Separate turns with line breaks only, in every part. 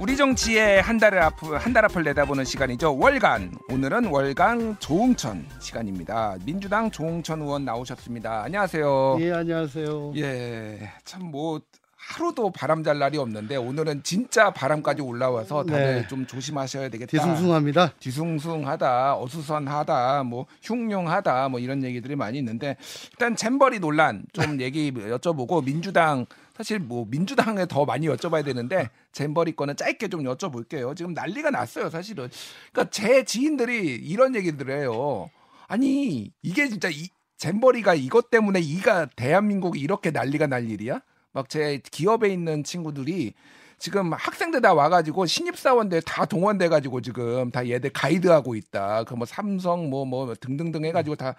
우리 정치의 한 달을 앞, 한달 앞을 내다보는 시간이죠. 월간. 오늘은 월간 조웅천 시간입니다. 민주당 조웅천 의원 나오셨습니다. 안녕하세요.
예, 안녕하세요.
예. 참 뭐 하루도 바람 잘 날이 없는데 오늘은 진짜 바람까지 올라와서 다들
네.
좀 조심하셔야 되겠다.
뒤숭숭합니다.
뒤숭숭하다, 어수선하다, 뭐 흉흉하다, 뭐 이런 얘기들이 많이 있는데 일단 잼버리 논란 좀 얘기 여쭤보고 민주당 사실 뭐 민주당에 더 많이 여쭤봐야 되는데 잼버리 거는 짧게 좀 여쭤볼게요. 지금 난리가 났어요, 사실은. 그러니까 제 지인들이 이런 얘기들을 해요. 아니 이게 진짜 이 잼버리가 이것 때문에 이가 대한민국이 이렇게 난리가 날 일이야? 막 제 기업에 있는 친구들이 지금 학생들 다 와가지고 신입사원들 다 동원돼가지고 지금 다 얘들 가이드하고 있다. 그 뭐 삼성 뭐 뭐 등등등 해가지고 다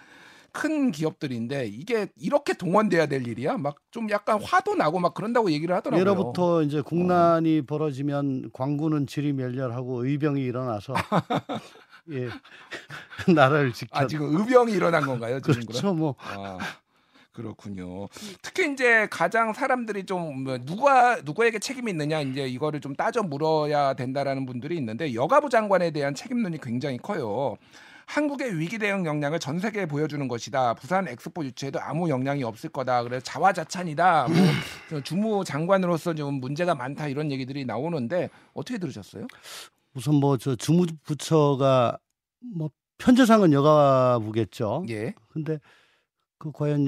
큰 기업들인데 이게 이렇게 동원돼야 될 일이야? 막 좀 약간 화도 나고 막 그런다고 얘기를 하더라고요. 어.
예로부터 이제 공난이 벌어지면 광군은 질이 멸렬하고 의병이 일어나서 예 나라를 지켜.
아 지금 의병이 일어난 건가요? 지금 그럼?
그렇죠 뭐
아, 음. 그렇군요. 특히 이제 가장 사람들이 좀뭐 누가 누구에게 책임이 있느냐 이제 이거를 좀 따져 물어야 된다라는 분들이 있는데 여가부 장관에 대한 책임론이 굉장히 커요. 한국의 위기 대응 역량을 전 세계에 보여주는 것이다. 부산 엑스포 유치에도 아무 영향이 없을 거다. 그래서 자화자찬이다. 뭐 주무 장관으로서 좀 문제가 많다 이런 얘기들이 나오는데 어떻게 들으셨어요?
우선 뭐 저 주무부처가 뭐 편제상은 여가부겠죠.
예.
근데 그 과연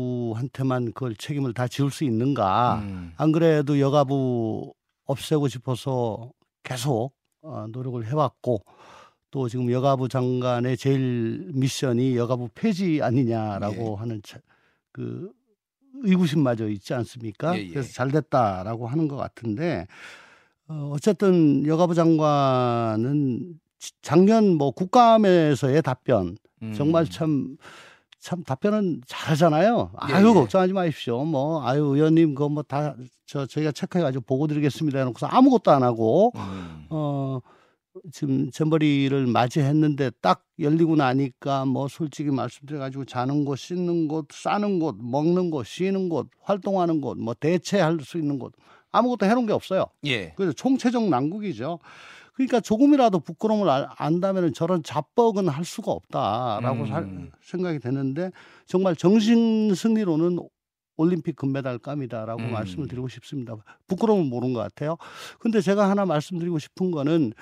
여가부한테만 그걸 책임을 다 지울 수 있는가?
음.
안 그래도 여가부 없애고 싶어서 계속 어, 노력을 해왔고 또 지금 여가부 장관의 제일 미션이 여가부 폐지 아니냐라고
예.
하는 차- 그 의구심마저 있지 않습니까?
예, 예.
그래서 잘 됐다라고 하는 것 같은데 어, 어쨌든 여가부 장관은 지- 작년 뭐 국감에서의 답변
음.
정말 참 참 답변은 잘하잖아요.
예,
아유
예.
걱정하지 마십시오. 뭐 아유 의원님 그거 뭐 다 저 저희가 체크해가지고 보고 드리겠습니다. 해놓고서 아무것도 안 하고
음.
어 지금 잼버리를 맞이했는데 딱 열리고 나니까 뭐 솔직히 말씀드려가지고 자는 곳, 씻는 곳, 싸는 곳, 먹는 곳, 쉬는 곳, 활동하는 곳, 뭐 대체할 수 있는 곳 아무것도 해놓은 게 없어요.
예.
그래서 총체적 난국이죠. 그러니까 조금이라도 부끄러움을 알- 안다면 저런 자뻑은 할 수가 없다라고
음.
살- 생각이 되는데 정말 정신 승리로는 올림픽 금메달감이다라고
음.
말씀을 드리고 싶습니다. 부끄러움은 모른 것 같아요. 근데 제가 하나 말씀드리고 싶은 거는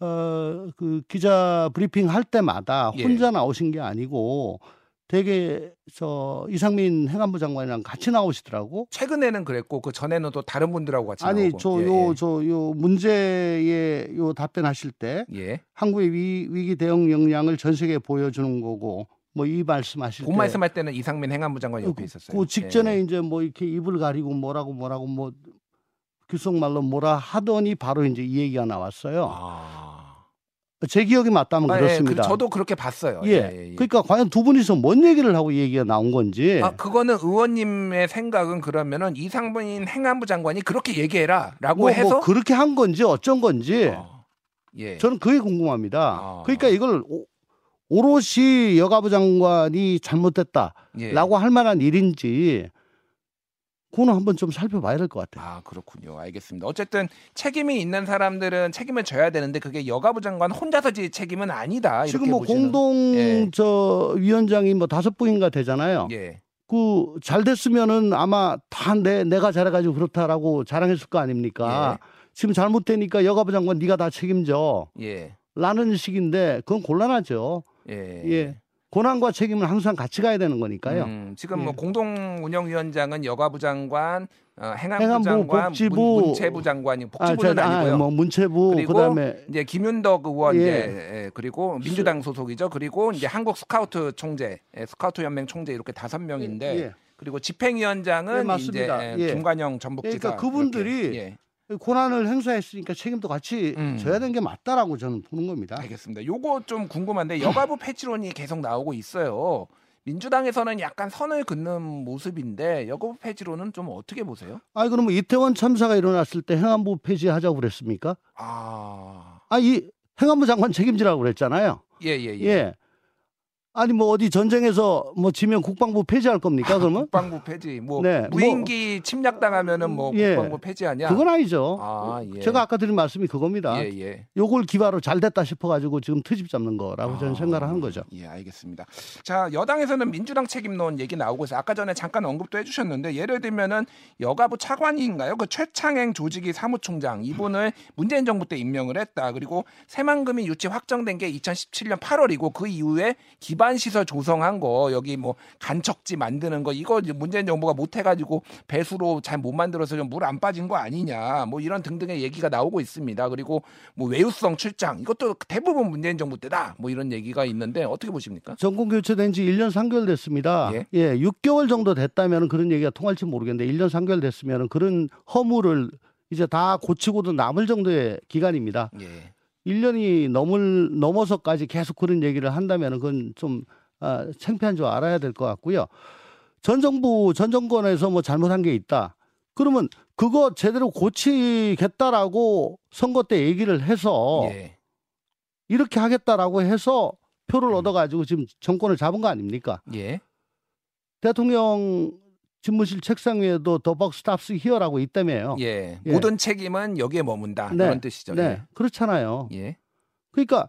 어그 기자 브리핑 할 때마다
예.
혼자 나오신 게 아니고 되게 저 이상민 행안부 장관이랑 같이 나오시더라고.
최근에는 그랬고 그 전에는 또 다른 분들하고 같이
아니
나오고.
저 요
예,
저 요 문제에 요 답변하실 때
예. 예.
한국의 위, 위기 대응 역량을 전 세계에 보여주는 거고 뭐 이 말씀하실
그
때
말씀할 때는 이상민 행안부 장관 옆에 있었어요.
그 직전에
예.
이제 뭐 이렇게 입을 가리고 뭐라고 뭐라고 뭐 귓속말로 뭐라 하더니 바로 이제 이 얘기가 나왔어요.
아.
제 기억이 맞다면
아, 예,
그렇습니다.
그- 저도 그렇게 봤어요.
예. 그러니까 예. 과연 두 분이서 뭔 얘기를 하고 이 얘기가 나온 건지
아, 그거는 의원님의 생각은 그러면은 이상민 행안부 장관이 그렇게 얘기해라라고
뭐,
해서
뭐 그렇게 한 건지 어쩐 건지
어. 예.
네. 저는 그게 궁금합니다.
아.
그러니까 이걸 오, 롯이 여가부 장관이 잘못됐다라고
예.
할 만한 일인지 그거는 한번 좀 살펴봐야 될 것 같아요.
아 그렇군요. 알겠습니다. 어쨌든 책임이 있는 사람들은 책임을 져야 되는데 그게 여가부 장관 혼자서 지 책임은 아니다. 이렇게
지금 뭐
보시는-
공동
예.
저 위원장이 뭐 다섯 분인가 되잖아요.
예.
그 잘 됐으면은 아마 다 내 내가 잘해가지고 그렇다라고 자랑했을 거 아닙니까? 지금 잘못되니까 여가부 장관 네가 다 책임져.
예.
라는 식인데 그건 곤란하죠.
예.
예. 고난과 책임은 항상 같이 가야 되는 거니까요.
음, 지금 뭐
예.
공동 운영위원장은 여가부 장관, 어, 행안부,
행안부,
장관,
복지부,
문, 문체부 장관이 복지부는
자,
아, 니고요
뭐 문체부
그리고
그다음에
이제 김윤덕 의원
예.
이제 예, 그리고 민주당 소속이죠. 그리고 이제 한국 스카우트 총재, 예, 스카우트 연맹 총재 이렇게 다섯 명인데
예.
그리고 집행위원장은
예, 맞습니다.
이제 예,
예.
김관영 전북지사.
그러니까 그분들이
이렇게, 예,
고난을 행사했으니까 책임도 같이
음.
져야 되는 게 맞다라고 저는 보는 겁니다.
알겠습니다. 요거 좀 궁금한데 여가부 패치론이 계속 나오고 있어요. 민주당에서는 약간 선을 긋는 모습인데 여가부 패치론은 좀 어떻게 보세요?
아니 그러면 이태원 참사가 일어났을 때 행안부 폐지하자고 그랬습니까?
아,
아 이 행안부 장관 책임지라고 그랬잖아요.
예, 예,
예.
예.
아니 뭐 어디 전쟁에서 뭐 지면 국방부 폐지할 겁니까 그러면?
국방부 폐지, 뭐
네,
무인기 침략당하면은 뭐
예.
국방부 폐지하냐?
그건 아니죠.
아, 예.
제가 아까 드린 말씀이 그겁니다.
예, 예.
요걸 기바로 잘 됐다 싶어가지고 지금 트집 잡는 거라고 저는 생각을 한 거죠.
예, 알겠습니다. 자, 여당에서는 민주당 책임론 얘기 나오고 있어요. 아까 전에 잠깐 언급도 해주셨는데 예를 들면은 여가부 차관인가요? 그 최창행 조직위 사무총장 이분을 문재인 정부 때 임명을 했다. 그리고 새만금이 유치 확정된 게 2017년 8월이고 그 이후에 기반 시설 조성한 거 여기 뭐 간척지 만드는 거 이거 이제 문재인 정부가 못 해가지고 배수로 잘 못 만들어서 좀 물 안 빠진 거 아니냐 뭐 이런 등등의 얘기가 나오고 있습니다. 그리고 뭐 외유성 출장 이것도 대부분 문재인 정부 때다 뭐 이런 얘기가 있는데 어떻게 보십니까?
정권 교체된 지 1년 3개월 됐습니다.
예.
예. 6개월 정도 됐다면 그런 얘기가 통할지 모르겠는데 1년 3개월 됐으면 그런 허물을 이제 다 고치고도 남을 정도의 기간입니다.
예.
1년이 넘을 넘어서까지 계속 그런 얘기를 한다면 그건 좀 아, 창피한 줄 알아야 될 것 같고요. 전 정부 전 정권에서 뭐 잘못한 게 있다. 그러면 그거 제대로 고치겠다라고 선거 때 얘기를 해서
예.
이렇게 하겠다라고 해서 표를
음.
얻어가지고 지금 정권을 잡은 거 아닙니까?
예.
대통령 집무실 책상 위에도 더 박스 탑스 히어라고 있다며요.
예.
예.
모든 책임은 여기에 머문다.
네.
이런 뜻이죠.
네, 그렇잖아요.
예. 예.
그러니까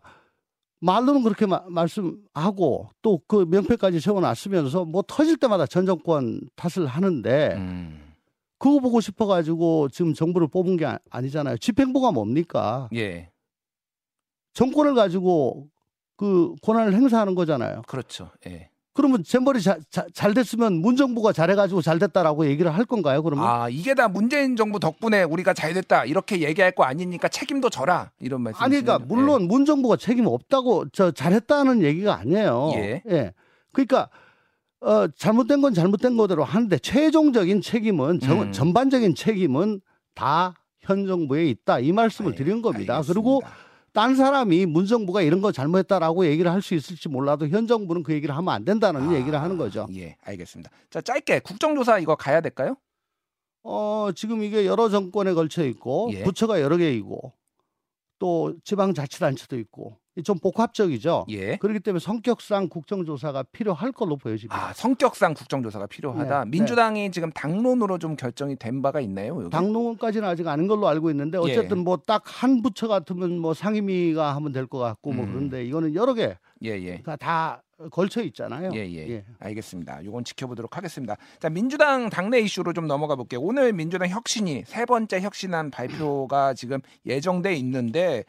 말로는 그렇게 마- 말씀하고 또 그 명패까지 세워놨으면서 뭐 터질 때마다 전 정권 탓을 하는데
음.
그거 보고 싶어가지고 지금 정부를 뽑은 게 아- 아니잖아요. 집행부가 뭡니까?
예.
정권을 가지고 그 권한을 행사하는 거잖아요.
그렇죠. 예.
그러면 잼벌이 자- 자- 잘 됐으면 문정부가 잘해가지고 잘 됐다라고 얘기를 할 건가요? 그러면
아 이게 다 문재인 정부 덕분에 우리가 잘 됐다 이렇게 얘기할 거 아니니까 책임도 져라 이런 예. 말씀.
아니, 그러니까 물론 문정부가 책임 없다고 저 잘했다는 얘기가 아니에요.
예.
그러니까 어, 잘못된 건 잘못된 거대로 하는데 최종적인 책임은 정-
음.
전반적인 책임은 다 현 정부에 있다 이
아, 예.
말씀을 드리는 겁니다. 그리고 딴 사람이 문정부가 이런 거 잘못했다라고 얘기를 할 수 있을지 몰라도 현 정부는 그 얘기를 하면 안
아.
된다는 얘기를 하는 거죠.
예, 알겠습니다. 자 짧게 국정조사 이거 가야 될까요?
어, 지금 이게 여러 정권에 걸쳐 있고
예.
부처가 여러 개이고 또 지방자치단체도 있고 좀 복합적이죠.
예.
그렇기 때문에 성격상 국정조사가 필요할 걸로 보여집니다.
아 성격상 국정조사가 필요하다.
네,
민주당이 지금 당론으로 좀 결정이 된 바가 있나요? 여기?
당론까지는 아직 아닌 걸로 알고 있는데 어쨌든
예.
뭐 딱 한 부처 같으면 뭐 상임위가 하면 될 것 같고 뭐
음.
그런데 이거는 여러 개가
예, 예.
다 걸쳐 있잖아요.
예, 예.
예.
알겠습니다. 이건 지켜보도록 하겠습니다. 자, 민주당 당내 이슈로 좀 넘어가 볼게요. 오늘 민주당 혁신이 세 번째 혁신안 발표가 지금 예정돼 있는데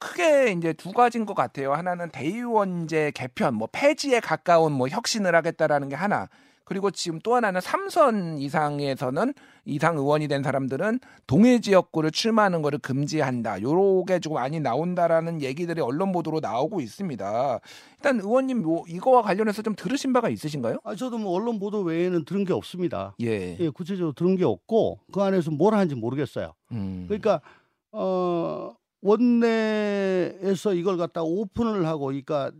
크게 이제 두 가지인 것 같아요. 하나는 대의원제 개편, 뭐 폐지에 가까운 뭐 혁신을 하겠다라는 게 하나. 그리고 지금 또 하나는 삼선 이상에서는 이상 의원이 된 사람들은 동해 지역구를 출마하는 거를 금지한다. 요게 조금 많이 나온다라는 얘기들이 언론 보도로 나오고 있습니다. 일단 의원님 뭐 이거와 관련해서 좀 들으신 바가 있으신가요?
아, 저도 뭐 언론 보도 외에는 들은 게 없습니다.
예.
예, 구체적으로 들은 게 없고 그 안에서 뭘 하는지 모르겠어요.
음.
그러니까 어 원내에서 이걸 갖다 오픈을 하고 그러니까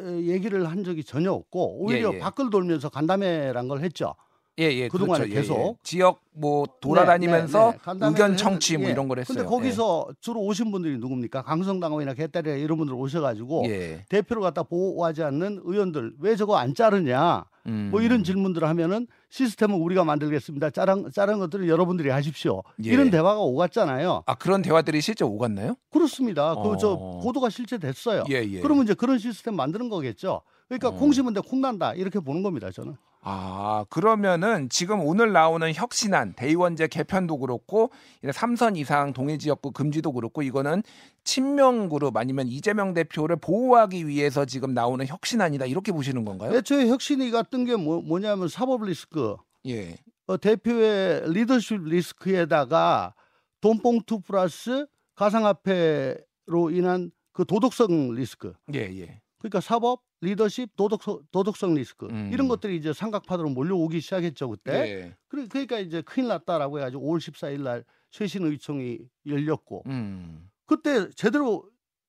에, 얘기를 한 적이 전혀 없고 오히려
예, 예.
밖을 돌면서 간담회란 걸 했죠.
예, 예.
그동안에
그렇죠. 예,
계속.
예. 지역 뭐 돌아다니면서
네, 네, 네. 간담회를
의견 청취 뭐
했는데,
이런 걸 했어요. 예.
근데 거기서 주로 오신 분들이 누굽니까? 강성당원이나 개딸이나 이런 분들 오셔 가지고
예. 예.
대표를 갖다 보호하지 않는 의원들 왜 저거 안 자르냐?
음.
뭐 이런 질문들을 하면은 시스템은 우리가 만들겠습니다. 자른 자른 것들을 여러분들이 하십시오.
예.
이런 대화가 오갔잖아요.
아 그런 대화들이 실제 오갔나요?
그렇습니다.
어.
그 저 보도가 실제 됐어요.
예, 예.
그러면 이제 그런 시스템 만드는 거겠죠. 그러니까
어.
콩 심은데 콩 난다 이렇게 보는 겁니다. 저는.
아, 그러면은 지금 오늘 나오는 혁신안, 대의원제 개편도 그렇고, 이제 삼선 이상 동해 지역구 금지도 그렇고, 이거는 친명 그룹 아니면 이재명 대표를 보호하기 위해서 지금 나오는 혁신안이다. 이렇게 보시는 아, 건가요?
애초에 혁신이 같은 게 뭐, 뭐냐면 사법 리스크
예.
어, 대표의 리더십 리스크에다가 돈봉투 플러스 가상화폐로 인한 그 도덕성 리스크.
예, 예.
그러니까 사법 리더십 도덕성 도덕성 리스크
음.
이런 것들이 이제 삼각파도로 몰려오기 시작했죠 그때.
예.
그러- 그러니까 이제 큰일 났다라고 해가지고 5월 14일 날 최신 의총이 열렸고
음.
그때 제대로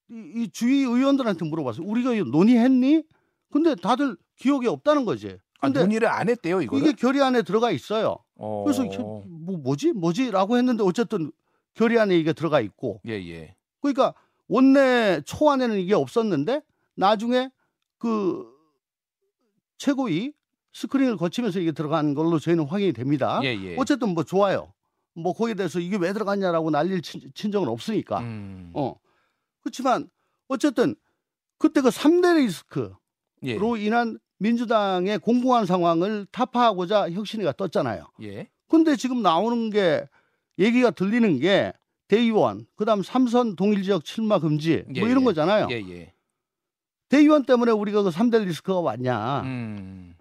이, 이 주위 의원들한테 물어봤어요. 우리가 이거 논의했니? 근데 다들 기억이 없다는 거지.
아,
근데
논의를 안 했대요, 이거를.
이게 결의안에 들어가 있어요.
어.
그래서 이게 뭐, 뭐지? 뭐지?라고 했는데 어쨌든 결의안에 이게 들어가 있고
예, 예.
그러니까 원내 초안에는 이게 없었는데 나중에 그 최고위 스크린을 거치면서 이게 들어간 걸로 저희는 확인이 됩니다.
예, 예.
어쨌든 뭐 좋아요. 뭐 거기에 대해서 이게 왜 들어갔냐라고 날릴 친, 친정은 없으니까.
음.
어. 그렇지만 어쨌든 그때 그 3대 리스크로
예.
인한 민주당의 공공한 상황을 타파하고자 혁신위가 떴잖아요.
예.
근데 지금 나오는 게 얘기가 들리는 게 대의원, 그다음 삼선 동일 지역 출마 금지
예,
뭐 이런
예.
거잖아요.
예, 예.
대의원 때문에 우리가 그 3대 리스크가 왔냐.
음.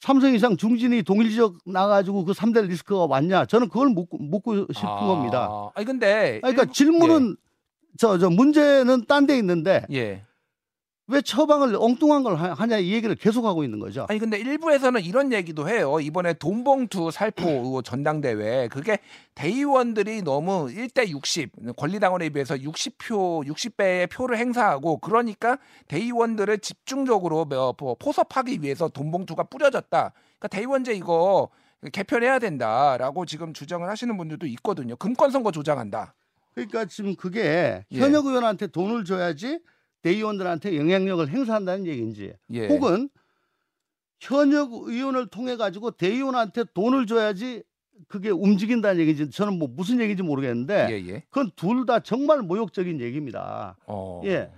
삼성 이상 중진이 동일 지역 나가지고 그 3대 리스크가 왔냐. 저는 그걸 묻고, 묻고 싶은
아. 예.
겁니다.
아니 근데
아니, 그러니까
일부-
질문은 저, 저 문제는 딴 데 있는데
예. 예.
왜 처방을 엉뚱한 걸 하- 하냐 이 얘기를 계속하고 있는 거죠.
아니 근데 일부에서는 이런 얘기도 해요. 이번에 돈봉투 살포
음.
의혹 전당대회 그게 대의원들이 너무 1대 60 권리당원에 비해서 60표 60배의 표를 행사하고 그러니까 대의원들을 집중적으로 뭐 포- 포섭하기 위해서 돈봉투가 뿌려졌다. 그러니까 대의원제 이거 개편해야 된다라고 지금 주장을 하시는 분들도 있거든요. 금권선거 조장한다.
그러니까 지금 그게
예.
현역 의원한테 돈을 줘야지 대의원들한테 영향력을 행사한다는 얘기인지
예.
혹은 현역 의원을 통해 가지고 대의원한테 돈을 줘야지 그게 움직인다는 얘기인지 저는 뭐 무슨 얘기인지 모르겠는데
예, 예.
그건 둘 다 정말 모욕적인 얘기입니다.
어.
예.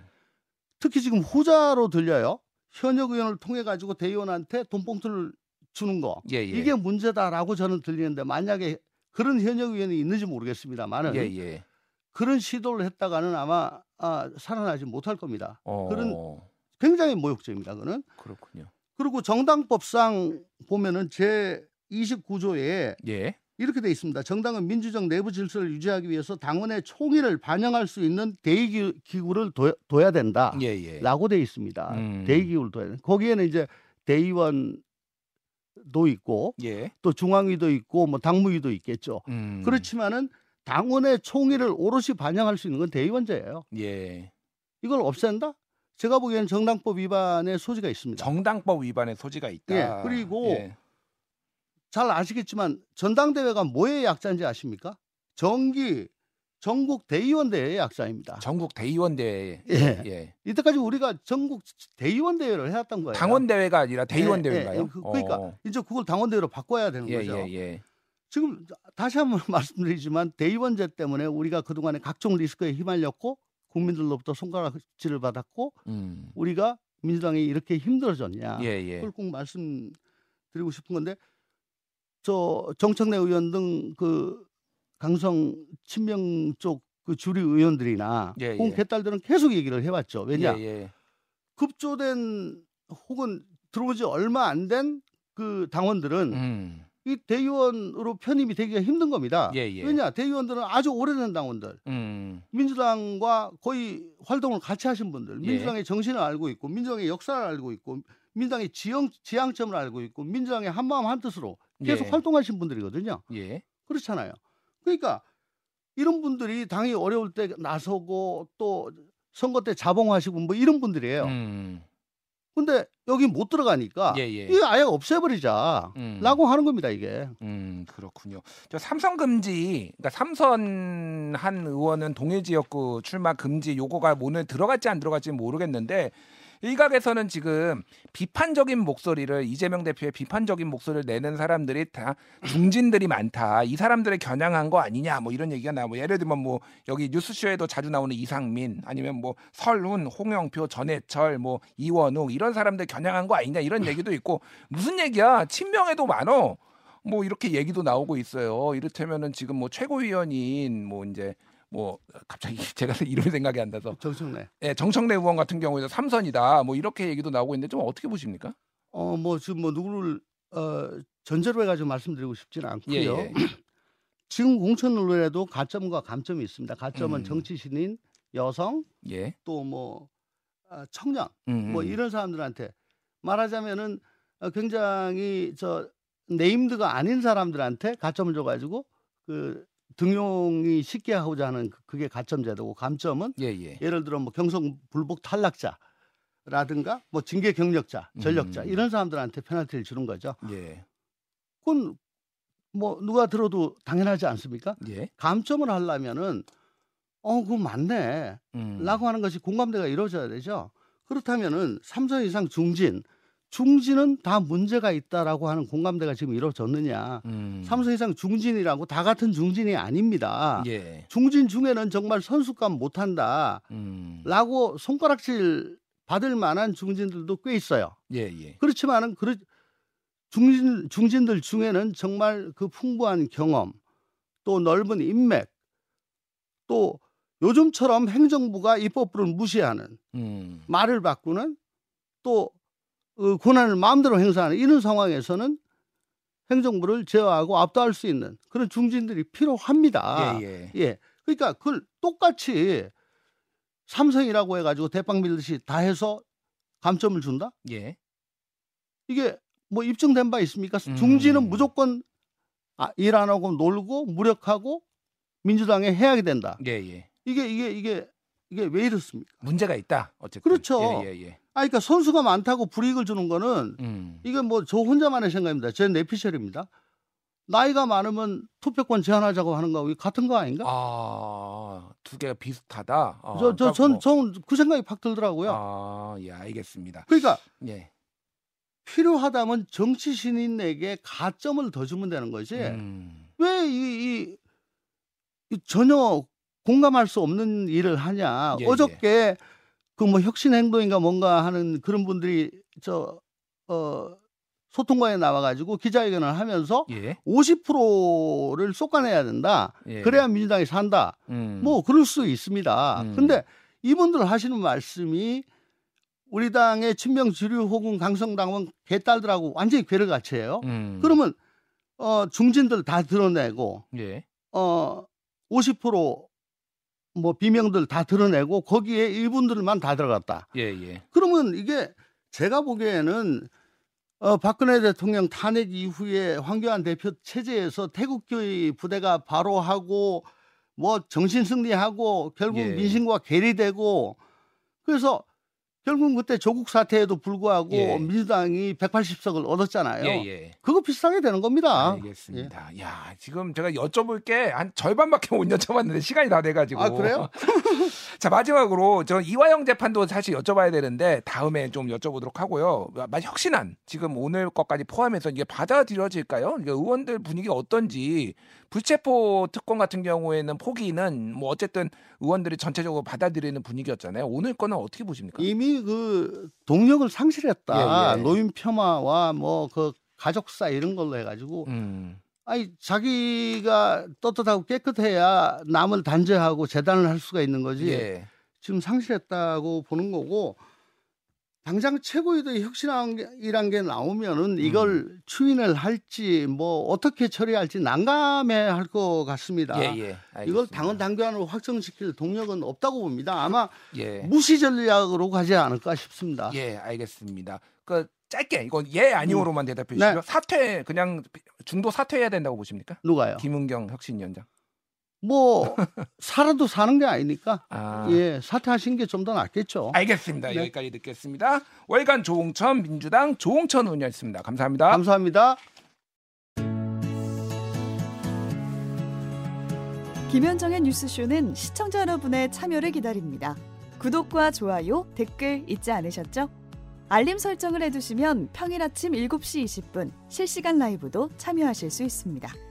특히 지금 후자로 들려요. 현역 의원을 통해 가지고 대의원한테 돈봉투를 주는 거.
예, 예.
이게 문제다라고 저는 들리는데 만약에 그런 현역 의원이 있는지 모르겠습니다만은
예, 예.
그런 시도를 했다가는 아마 아, 살아나지 못할 겁니다.
어.
그런- 굉장히 모욕적입니다. 그는
그렇군요.
그리고 정당법상 보면은 제 29조에
예.
이렇게 돼 있습니다. 정당은 민주적 내부 질서를 유지하기 위해서 당원의 총의를 반영할 수 있는 대의기구를 둬야 아, 된다라고
예, 예.
돼 있습니다.
음.
대의기구를 둬야 된다. 거기에는 이제 대의원도 있고
예.
또 중앙위도 있고 뭐 당무위도 있겠죠.
음.
그렇지만은 당원의 총의를 오롯이 반영할 수 있는 건 대의원제예요.
예.
이걸 없앤다? 제가 보기에는 정당법 위반의 소지가 있습니다.
정당법 위반의 소지가 있다.
예, 그리고
예.
잘 아시겠지만 전당대회가 뭐의 약자인지 아십니까? 정기 전국 대의원 대회의 약자입니다.
전국 대의원 대회.
예.
예.
이때까지 우리가 전국 대의원 대회를 해왔던 거예요.
당원 대회가 아니라 대의원
예, 예,
대회인가요?
예. 그- 그러니까
어.
이제 그걸 당원 대회로 바꿔야 되는
예,
거죠.
예, 예.
지금 다시 한번 말씀드리지만 대의원제 때문에 우리가 그동안에 각종 리스크에 휘말렸고 국민들로부터 손가락질을 받았고
음.
우리가 민주당이 이렇게 힘들어졌냐.
예, 예.
아, 그걸 꼭 말씀드리고 싶은 건데 저 정청래 의원 등 그 강성 친명 쪽 그 주류 의원들이나
예,
혹은
예.
개딸들은 계속 얘기를 해왔죠. 왜냐
예, 예.
급조된 혹은 들어오지 얼마 안 된 그 당원들은
음.
이 대의원으로 편입이 되기가 힘든 겁니다.
예, 예.
아, 왜냐 대의원들은 아주 오래된 당원들
음.
민주당과 거의 활동을 같이 하신 분들,
예.
민주당의 정신을 알고 있고, 민주당의 역사를 알고 있고, 민주당의 지형, 지향점을 알고 있고, 민주당의 한마음 한뜻으로 계속
예.
활동하신 분들이거든요.
예.
그렇잖아요. 그러니까 이런 분들이 당이 어려울 때 나서고 또 선거 때 자봉하시고 뭐 이런 분들이에요.
음.
근데 여기 못 들어가니까
예, 예.
이거 아예 없애버리자.
음.
라고 하는 겁니다 이게
음 그렇군요. 저 삼선 금지, 그러니까 삼선 한 의원은 동일 지역구 출마 금지 요거가 오늘 들어갈지 안 들어갈지 모르겠는데 일각에서는 지금 비판적인 목소리를 이재명 대표의 비판적인 목소리를 내는 사람들이 다 중진들이 많다. 이 사람들의 겨냥한 거 아니냐 뭐 이런 얘기가 나와. 뭐 예를 들면 뭐 여기 뉴스쇼에도 자주 나오는 이상민 아니면 뭐 설훈, 홍영표, 전해철, 뭐 이원욱 이런 사람들 겨냥한 거 아니냐 이런 얘기도 있고 무슨 얘기야? 친명에도 많어. 뭐 이렇게 얘기도 나오고 있어요. 이를테면은 지금 뭐 최고위원인 뭐 이제 뭐 갑자기 제가 이름이 생각이 안 나서
정청래.
예, 정청래 의원 같은 경우에는 삼선이다. 뭐 이렇게 얘기도 나오고 있는데 좀 어떻게 보십니까?
어뭐 지금 뭐 누구를 어 전제로 해가지고 말씀드리고 싶지는 않고요.
예,
지금 공천 논란에도 가점과 감점이 있습니다. 가점은
음.
정치 신인, 여성,
예. 예.
또 뭐 청년,
음,
뭐
음.
이런 사람들한테 말하자면은 어, 굉장히 저 네임드가 아닌 사람들한테 가점을 줘가지고 그 등용이 쉽게 하고자 하는 그- 그게 가점제도고 감점은
예, 예.
예를 들어 뭐 경성 불복 탈락자라든가 뭐 징계 경력자, 전력자
음.
이런 사람들한테 페널티를 주는 거죠.
예.
그건 뭐 누가 들어도 당연하지 않습니까?
예.
감점을 하려면은 어 그거 맞네
음.
라고 하는 것이 공감대가 이루어져야 되죠 그렇다면은 삼선 이상 중진 중진은 다 문제가 있다라고 하는 공감대가 지금 이루어졌느냐.
음.
삼성 이상 중진이라고 다 같은 중진이 아닙니다.
예.
중진 중에는 정말 선수감 못한다.
음.
라고 손가락질 받을 만한 중진들도 꽤 있어요.
예, 예.
그렇지만은 그 중진 중진들 중에는 정말 그 풍부한 경험 또 넓은 인맥 또 요즘처럼 행정부가 입법부를 무시하는
음.
말을 바꾸는 또 어, 권한을 마음대로 행사하는 이런 상황에서는 행정부를 제어하고 압도할 수 있는 그런 중진들이 필요합니다.
예, 예.
예. 그러니까 그걸 똑같이 삼성이라고 해가지고 대빵 밀듯이 다 해서 감점을 준다?
예.
이게 뭐 입증된 바 있습니까?
음.
중지는 무조건 아, 일 안 하고 놀고 무력하고 민주당에 해야 된다.
예, 예.
이게 이게 이게 이게 왜 이렇습니까?
문제가 있다. 어쨌든.
그렇죠.
예, 예, 예.
아, 그러니까 선수가 많다고 불이익을 주는 거는
음.
이게 뭐 저 혼자만의 생각입니다. 제 내피셜입니다. 나이가 많으면 투표권 제한하자고 하는 거하고 같은 거 아닌가?
아, 두 개가 비슷하다. 아,
저 저
그래갖고-
전 전 그 생각이 팍 들더라고요.
아, 예, 알겠습니다.
그러니까
예.
필요하다면 정치 신인에게 가점을 더 주면 되는 거지.
음.
왜 이, 이, 이 전혀 공감할 수 없는 일을 하냐.
예,
어저께 그 뭐 혁신 행동인가 뭔가 하는 그런 분들이 저, 어, 소통과에 나와가지고 기자회견을 하면서
예.
50%를 쏟아내야 된다.
예.
그래야 민주당이 산다.
음.
뭐 그럴 수 있습니다.
음.
근데 이분들 하시는 말씀이 우리 당의 친명 주류 혹은 강성당원 개딸들하고 완전히 괴를같이해요.
음.
그러면 어 중진들 다 드러내고
예.
어, 어50%뭐 비명들 다 드러내고 거기에 이분들만 다 들어갔다.
예, 예.
그러면 이게 제가 보기에는 어 박근혜 대통령 탄핵 이후에 황교안 대표 체제에서 태극기 부대가 바로 하고 뭐 정신 승리하고 결국
예.
민심과 괴리되고 그래서 결국 그때 조국 사태에도 불구하고
예.
민주당이 180석을 얻었잖아요.
예, 아, 예.
그거 비슷하게 되는 겁니다.
알겠습니다.
예.
야, 지금 제가 여쭤볼 게 한 절반밖에 못 여쭤봤는데 시간이 다 돼가지고.
아, 그래요?
자, 마지막으로 저 이화영 재판도 사실 여쭤봐야 되는데 다음에 좀 여쭤보도록 하고요. 마- 혁신안 지금 오늘 것까지 포함해서 이게 받아들여질까요? 이게 의원들 분위기가 어떤지 불체포 특권 같은 경우에는 포기는 뭐 어쨌든 의원들이 전체적으로 받아들이는 분위기였잖아요. 오늘 거는 어떻게 보십니까?
이미 그 동력을 상실했다.
그러니까. 예, 예.
노인 폄하와 뭐 그 가족사 이런 걸로 해가지고
음,
아니 자기가 떳떳하고 깨끗해야 남을 단죄하고 재단을 할 수가 있는 거지.
예,
지금 상실했다고 보는 거고 당장 최고위도 혁신이란 게 나오면은 이걸
음.
추인을 할지 뭐 어떻게 처리할지 난감해 할 것 같습니다.
예, 예. 알겠습니다.
이걸 당원 당규안으로 확정시킬 동력은 없다고 봅니다. 아마
예.
무시 전략으로 가지 않을까 싶습니다.
예, 알겠습니다. 그 짧게 이건 예 아니오로만 대답해 주시고요.
네.
사퇴 그냥 중도 사퇴해야 된다고 보십니까?
누가요?
김은경 혁신위원장.
뭐 살아도 사는 게 아니니까
아,
예 사퇴하신 게 좀 더 낫겠죠.
알겠습니다.
네.
여기까지 듣겠습니다. 월간 조홍천 민주당 조홍천 의원이었습니다. 감사합니다.
감사합니다.
김현정의 뉴스쇼는 시청자 여러분의 참여를 기다립니다. 구독과 좋아요, 댓글 잊지 않으셨죠? 알림 설정을 해두시면 평일 아침 7시 20분 실시간 라이브도 참여하실 수 있습니다.